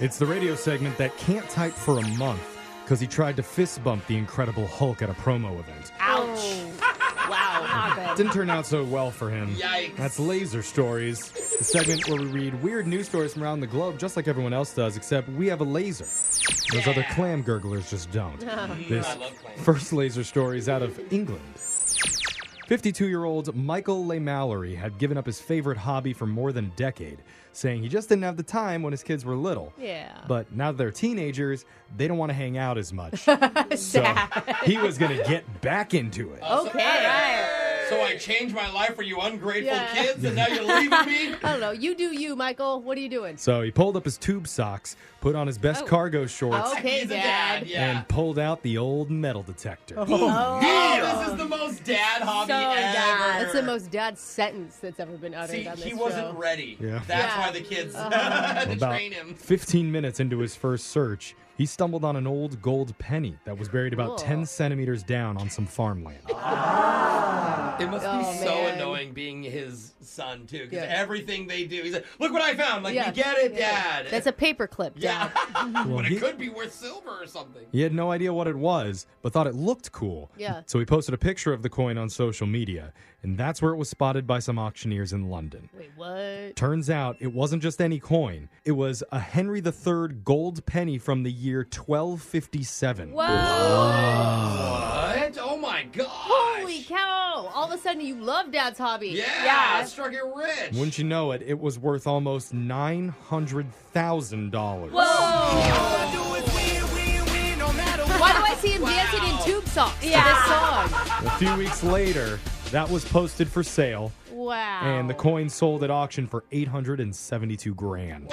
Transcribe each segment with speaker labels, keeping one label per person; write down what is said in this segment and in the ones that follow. Speaker 1: It's the radio segment that can't type for a month because he tried to fist bump the Incredible Hulk at a promo event.
Speaker 2: Wow.
Speaker 1: Didn't turn out so well for him. Yikes. That's Laser Stories, the segment where we read weird news stories from around the globe, just like everyone else does, except we have a laser. Those other clam gurglers just don't. This first laser story is out of England. 52 year old Michael Le Mallory had given up his favorite hobby for more than a decade, saying he just didn't have the time when his kids were little.
Speaker 2: Yeah.
Speaker 1: But now that they're teenagers, they don't want to hang out as much. so he was going to get back into it.
Speaker 2: Oh. Okay.
Speaker 3: So I changed my life for you ungrateful
Speaker 2: Yeah.
Speaker 3: kids, and now you're leaving me?
Speaker 2: I don't know. You do you, Michael. What are you doing?
Speaker 1: So he pulled up his tube socks, put on his best
Speaker 2: Oh.
Speaker 1: cargo shorts,
Speaker 2: Okay,
Speaker 3: He's a dad.
Speaker 2: Dad.
Speaker 3: Yeah.
Speaker 1: and pulled out the old metal
Speaker 2: Oh.
Speaker 1: detector.
Speaker 3: Yeah, this is the most dad hobby ever.
Speaker 2: dad. That's the most dad sentence that's ever been uttered
Speaker 3: See,
Speaker 2: on this
Speaker 3: he wasn't
Speaker 2: show.
Speaker 3: ready.
Speaker 1: Yeah.
Speaker 3: That's
Speaker 2: Yeah. Uh-huh.
Speaker 3: why the kids had to
Speaker 1: About
Speaker 3: train him.
Speaker 1: 15 minutes into his first search, he stumbled on an old gold penny that was buried about
Speaker 2: Cool.
Speaker 1: 10 centimeters down on some farmland.
Speaker 3: It must
Speaker 2: Oh,
Speaker 3: be so
Speaker 2: man.
Speaker 3: annoying being his son too, because
Speaker 2: Yeah.
Speaker 3: everything they do, he's like, "Look what I found!" Like,
Speaker 2: Yeah.
Speaker 3: we get it,
Speaker 2: Yeah.
Speaker 3: Dad.
Speaker 2: That's a paperclip,
Speaker 3: yeah,
Speaker 2: Dad.
Speaker 1: Well,
Speaker 3: but
Speaker 1: he-
Speaker 3: it could be worth silver or something.
Speaker 1: He had no idea what it was, but thought it looked cool.
Speaker 2: Yeah.
Speaker 1: So he posted a picture of the coin on social media, and that's where it was spotted by some auctioneers in London.
Speaker 2: Wait, what?
Speaker 1: Turns out it wasn't just any coin, it was a Henry III gold penny from the year 1257.
Speaker 3: What? Oh my gosh!
Speaker 2: Holy cow! All of a sudden, you love Dad's hobby.
Speaker 3: Yeah,
Speaker 2: Yeah.
Speaker 3: I struck it rich.
Speaker 1: Wouldn't you know it, it was worth almost $900,000.
Speaker 2: Whoa! Why do I see him dancing in tube socks to this song?
Speaker 1: A few weeks later, that was posted for sale,
Speaker 2: Wow.
Speaker 1: and the coin sold at auction for 872 grand.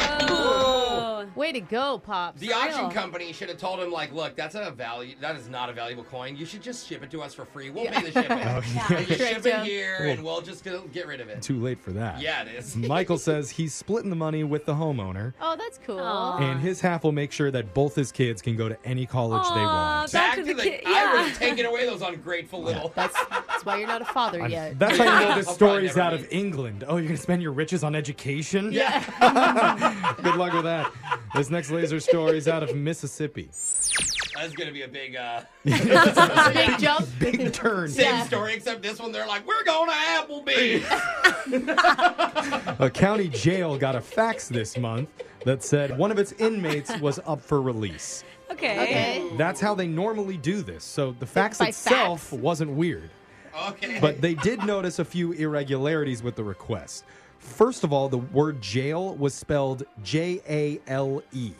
Speaker 2: Way to go, Pops.
Speaker 3: the
Speaker 2: For
Speaker 3: auction
Speaker 2: real.
Speaker 3: company should have told him, like, look, that's a value. That is not a valuable coin. You should just ship it to us for free. We'll pay the shipping.
Speaker 1: Oh,
Speaker 3: You ship
Speaker 2: Tricked
Speaker 3: it
Speaker 2: him.
Speaker 3: here, and we'll just go- get rid of it.
Speaker 1: Too late for that.
Speaker 3: Yeah, it is.
Speaker 1: Michael says he's splitting the money with the homeowner,
Speaker 2: Oh, that's cool.
Speaker 4: Aw.
Speaker 1: and his half will make sure that both his kids can go to any college they
Speaker 4: Aw,
Speaker 1: want.
Speaker 4: back to the kid.
Speaker 3: I would
Speaker 4: Yeah.
Speaker 3: have taken away those ungrateful little.
Speaker 2: That's, that's why you're not a father
Speaker 1: I'm-
Speaker 2: yet.
Speaker 1: that's how you know this
Speaker 3: I'll probably
Speaker 1: story's
Speaker 3: never
Speaker 1: out
Speaker 3: be.
Speaker 1: of England. Oh, you're going to spend your riches on education?
Speaker 3: Yeah.
Speaker 1: Good luck with that. This next laser story's out of Mississippi.
Speaker 3: That's gonna be a big uh,
Speaker 2: Big jump.
Speaker 1: Big turn.
Speaker 3: same story, except this one they're like, we're going to Applebee's.
Speaker 1: A county jail got a fax this month that said one of its inmates was up for release.
Speaker 4: Okay.
Speaker 2: Okay.
Speaker 1: That's how they normally do this. So the fax
Speaker 2: By
Speaker 1: itself
Speaker 2: fax.
Speaker 1: wasn't weird,
Speaker 3: okay.
Speaker 1: but they did notice a few irregularities with the request. First of all, the word jail was spelled J A L E.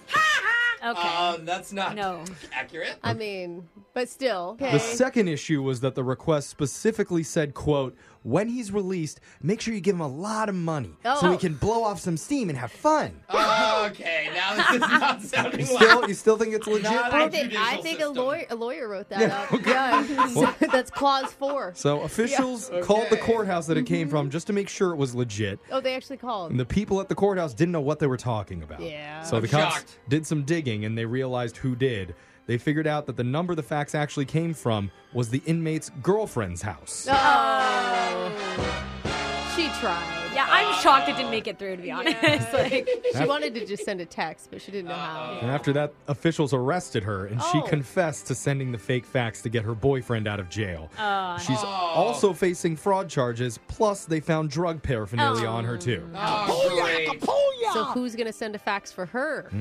Speaker 4: Okay.
Speaker 3: um, that's not
Speaker 4: No.
Speaker 3: accurate.
Speaker 2: I mean, but still. Okay.
Speaker 1: The second issue was that the request specifically said, quote, when he's released, make sure you give him a lot of money so
Speaker 2: Oh.
Speaker 1: he can blow off some steam and have fun.
Speaker 3: okay, now this is not
Speaker 1: You
Speaker 3: sounding
Speaker 1: still,
Speaker 3: like.
Speaker 1: you still think it's legit?
Speaker 3: Not
Speaker 1: bro?
Speaker 2: I think, I
Speaker 3: Judicial
Speaker 2: think a
Speaker 3: system.
Speaker 2: lawyer a lawyer wrote that up. Yeah. So that's clause four.
Speaker 1: So officials called the
Speaker 3: Okay.
Speaker 1: courthouse that it came from just to make sure it was legit.
Speaker 2: Oh, they actually
Speaker 1: And
Speaker 2: called.
Speaker 1: the people at the courthouse didn't know what they were talking about.
Speaker 2: Yeah.
Speaker 1: So the
Speaker 3: I'm
Speaker 1: cops
Speaker 3: shocked.
Speaker 1: did some digging and they realized who did. They figured out that the number the fax actually came from was the inmate's girlfriend's house.
Speaker 2: Oh. She tried.
Speaker 4: Yeah, I'm shocked it didn't make it through. To be honest, like
Speaker 2: She wanted to just send a text, but she didn't know how.
Speaker 1: And after that, officials arrested her and she
Speaker 2: Oh.
Speaker 1: confessed to sending the fake fax to get her boyfriend out of jail.
Speaker 4: Uh.
Speaker 1: She's
Speaker 3: Oh.
Speaker 1: also facing fraud charges, plus, they found drug paraphernalia on her, too.
Speaker 3: Oh, great.
Speaker 2: So who's gonna send a fax for her?
Speaker 3: Uh-oh.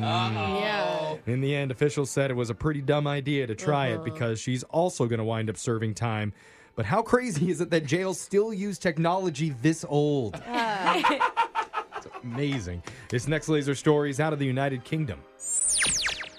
Speaker 2: Yeah.
Speaker 1: In the end, officials said it was a pretty dumb idea to try it because she's also going to wind up serving time. But how crazy is it that jails still use technology this old? It's amazing. This next laser story is out of the United Kingdom.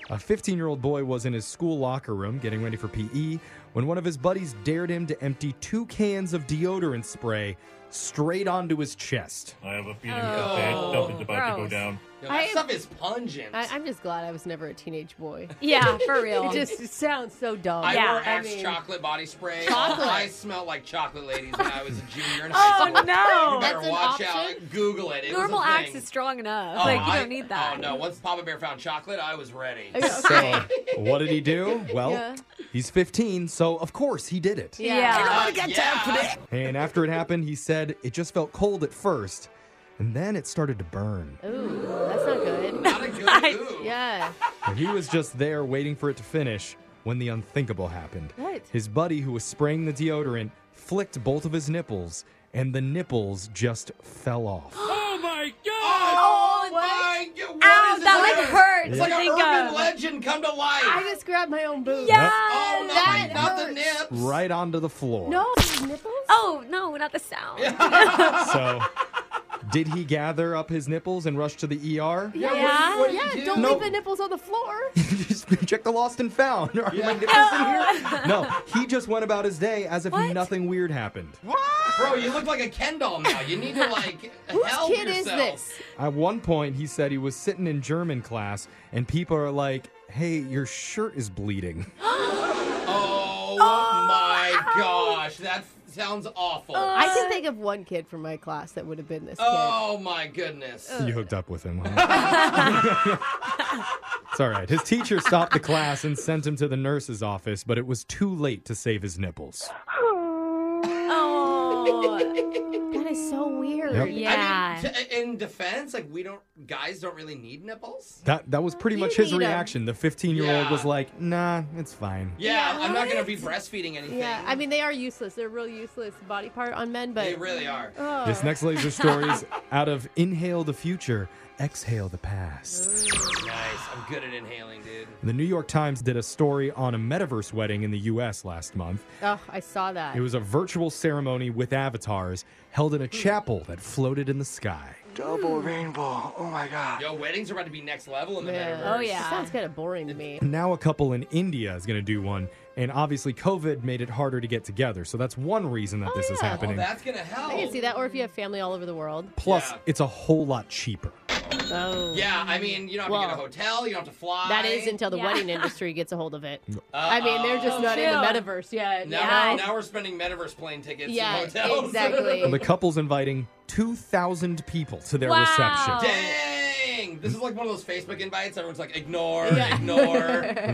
Speaker 1: A 15 year old boy was in his school locker room getting ready for PE when one of his buddies dared him to empty two cans of deodorant spray straight onto his chest.
Speaker 5: I have a feeling that bad stuff is about to go
Speaker 4: gross.
Speaker 5: down.
Speaker 3: Yo, that
Speaker 2: I-
Speaker 3: stuff is pungent.
Speaker 2: I, I'm just glad I was never a teenage boy.
Speaker 4: yeah, for real.
Speaker 2: It just it sounds so dumb.
Speaker 3: Oh. I
Speaker 4: Yeah,
Speaker 3: wore
Speaker 2: I
Speaker 3: Axe
Speaker 2: mean-
Speaker 3: chocolate body spray.
Speaker 2: Chocolate.
Speaker 3: I smelled like chocolate ladies when I was a junior in high
Speaker 4: oh
Speaker 3: school. You
Speaker 4: no!
Speaker 3: better
Speaker 2: That's an
Speaker 3: watch
Speaker 2: option?
Speaker 3: out. Google it. it was a
Speaker 4: Normal axe
Speaker 3: thing.
Speaker 4: is strong enough.
Speaker 3: Oh,
Speaker 4: like you
Speaker 3: I-
Speaker 4: don't need that.
Speaker 3: Oh no! Once Papa Bear found chocolate, I was ready.
Speaker 1: So, what did he do? Well,
Speaker 2: Yeah.
Speaker 1: he's 15, so of course he did it.
Speaker 4: Yeah.
Speaker 3: Uh, yeah.
Speaker 1: And after it happened, he said it just felt cold at first, and then it started to burn.
Speaker 2: Ooh, that's not good.
Speaker 3: Not a good
Speaker 4: right.
Speaker 3: Ooh.
Speaker 2: Yeah.
Speaker 1: But He was just there waiting for it to finish when the unthinkable happened.
Speaker 2: What?
Speaker 1: His buddy, who was spraying the deodorant, flicked both of his nipples, and the nipples just fell off.
Speaker 5: Oh my god!
Speaker 3: Oh my god! What
Speaker 4: Ow,
Speaker 3: is
Speaker 4: that
Speaker 3: this?
Speaker 4: like hurts.
Speaker 3: It's
Speaker 4: to
Speaker 3: like an
Speaker 4: think
Speaker 3: urban
Speaker 4: of.
Speaker 3: legend come to life.
Speaker 2: I just grabbed my own boob.
Speaker 4: Yeah.
Speaker 3: oh no,
Speaker 2: that
Speaker 3: not the
Speaker 2: hurts.
Speaker 3: nips.
Speaker 1: Right onto the floor.
Speaker 2: No, nipples?
Speaker 4: Oh no, not the sound.
Speaker 1: So, did he gather up his nipples and rush to the ER?
Speaker 2: Yeah.
Speaker 4: Yeah.
Speaker 3: What did
Speaker 2: Yeah,
Speaker 3: you do?
Speaker 2: don't
Speaker 1: No.
Speaker 2: leave the nipples on the floor.
Speaker 1: just check the lost and found. Are my nipples in here? No, he just went about his day as if
Speaker 4: What?
Speaker 1: nothing weird happened.
Speaker 3: Bro, you look like a Ken doll now. You need to like
Speaker 2: Whose
Speaker 3: help
Speaker 2: kid is
Speaker 3: yourself.
Speaker 2: this?
Speaker 1: At one point, he said he was sitting in German class, and people are like, "Hey, your shirt is bleeding."
Speaker 3: Oh, my gosh, that sounds awful.
Speaker 2: I can think of one kid from my class that would have been this kid.
Speaker 3: oh my goodness.
Speaker 1: You hooked up with him. huh? it's all right. His teacher stopped the class and sent him to the nurse's office, but it was too late to save his nipples.
Speaker 4: Oh,
Speaker 2: That is so weird.
Speaker 1: Yep.
Speaker 4: yeah.
Speaker 3: I mean, t- in defense, like we don't guys don't really need nipples.
Speaker 1: That that was pretty
Speaker 2: You
Speaker 1: much his
Speaker 2: need 'em.
Speaker 1: reaction. The 15 year old
Speaker 3: Yeah.
Speaker 1: was like, "Nah, it's fine."
Speaker 3: Yeah, I'm not gonna be breastfeeding anything.
Speaker 2: Yeah, I mean they are useless. They're a real useless body part on men, but
Speaker 3: they really are.
Speaker 2: oh.
Speaker 1: This next laser story is out of Inhale the Future, Exhale the Past.
Speaker 3: Nice. I'm good at inhaling, dude.
Speaker 1: The New York Times did a story on a metaverse wedding in the US last month.
Speaker 2: oh, I saw that.
Speaker 1: It was a virtual ceremony with avatars held in a chapel that floated in the sky.
Speaker 6: Double rainbow. Oh my god.
Speaker 3: Yo, weddings are about to be next level in the
Speaker 2: Yeah.
Speaker 3: metaverse.
Speaker 4: Oh, yeah.
Speaker 2: It sounds kind of boring to me.
Speaker 1: Now, a couple in India is going to do one, and obviously, COVID made it harder to get together. So, that's one reason that this is
Speaker 2: yeah. Oh,
Speaker 1: happening.
Speaker 3: That's gonna help.
Speaker 2: I can see that, or if you have family all over the world.
Speaker 1: Plus,
Speaker 3: Yeah.
Speaker 1: it's a whole lot cheaper.
Speaker 2: Oh,
Speaker 3: Yeah, I mean, you don't have to get a
Speaker 2: Well,
Speaker 3: hotel. You don't have to fly.
Speaker 2: That is until the
Speaker 4: Yeah.
Speaker 2: wedding industry gets a hold of it.
Speaker 3: Uh-oh.
Speaker 2: I mean, they're
Speaker 3: Oh.
Speaker 2: just not in the
Speaker 4: Chill.
Speaker 2: metaverse yet. you
Speaker 3: Now,
Speaker 4: Yeah.
Speaker 3: now we're spending metaverse plane tickets
Speaker 2: Yeah,
Speaker 3: and hotels.
Speaker 2: exactly.
Speaker 1: The couple's inviting 2,000 people to their
Speaker 4: Wow.
Speaker 1: reception.
Speaker 3: Dang! This is like one of those Facebook invites. Everyone's like, ignore, ignore.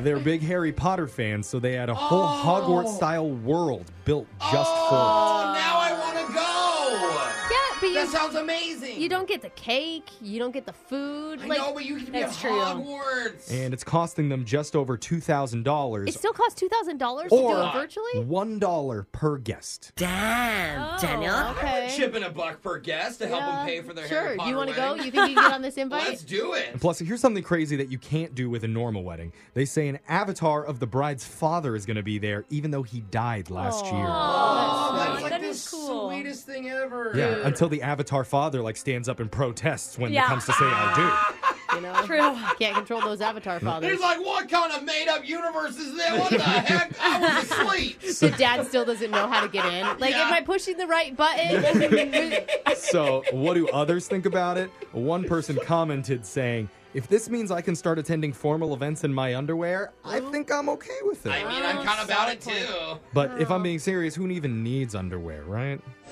Speaker 1: They're big Harry Potter fans, so they had a whole
Speaker 3: Oh.
Speaker 1: Hogwarts style world built just for
Speaker 3: Oh, now I want to go.
Speaker 2: Yeah, but
Speaker 3: That
Speaker 2: you,
Speaker 3: sounds amazing.
Speaker 2: you don't get the cake, you don't get the food.
Speaker 3: I
Speaker 2: like,
Speaker 3: know, but you can be at
Speaker 2: that's true.
Speaker 3: Hogwarts.
Speaker 1: it. And it's costing them just over $2,000.
Speaker 2: It still costs two thousand dollars to do
Speaker 1: Or-
Speaker 2: it virtually.
Speaker 1: $1 per guest.
Speaker 7: Damn,
Speaker 4: Oh.
Speaker 7: Daniel.
Speaker 2: Okay.
Speaker 3: Chipping a buck per guest to help
Speaker 2: Yeah.
Speaker 3: them pay for their
Speaker 2: sure.
Speaker 3: Harry
Speaker 2: you
Speaker 3: want
Speaker 2: wanna
Speaker 3: to
Speaker 2: go? You think you can get on this
Speaker 3: Let's
Speaker 2: invite?
Speaker 3: do it.
Speaker 1: And plus, here's something crazy that you can't do with a normal wedding. They say an avatar of the bride's father is going to be there, even though he died last year.
Speaker 3: Oh, that's like
Speaker 4: That
Speaker 3: the
Speaker 4: is cool.
Speaker 3: sweetest thing ever.
Speaker 1: Yeah, until the avatar father like stands up and protests when it
Speaker 4: Yeah.
Speaker 1: comes to say I
Speaker 2: you know,
Speaker 4: True.
Speaker 2: can't control those avatar fathers.
Speaker 3: He's like, what kind of made up universe is that? What the heck? I was asleep.
Speaker 2: The dad still doesn't know how to get in. Like,
Speaker 3: Yeah.
Speaker 2: am I pushing the right button?
Speaker 1: do. So, what do others think about it? One person commented saying, "If this means I can start attending formal events in my underwear, I think I'm okay with
Speaker 3: I
Speaker 1: it."
Speaker 3: mean,
Speaker 2: Oh,
Speaker 3: I'm kind of about it too.
Speaker 1: But if I'm being serious, who even needs underwear, right?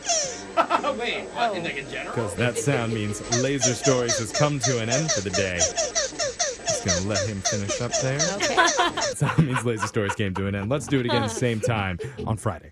Speaker 3: Wait, what?
Speaker 2: Oh.
Speaker 3: In like in general?
Speaker 1: Because that sound means Laser Stories has come to an end for the day. Just gonna let him finish up there.
Speaker 2: okay.
Speaker 1: So that means Laser Stories came to an end. Let's do it again at the same time on Friday.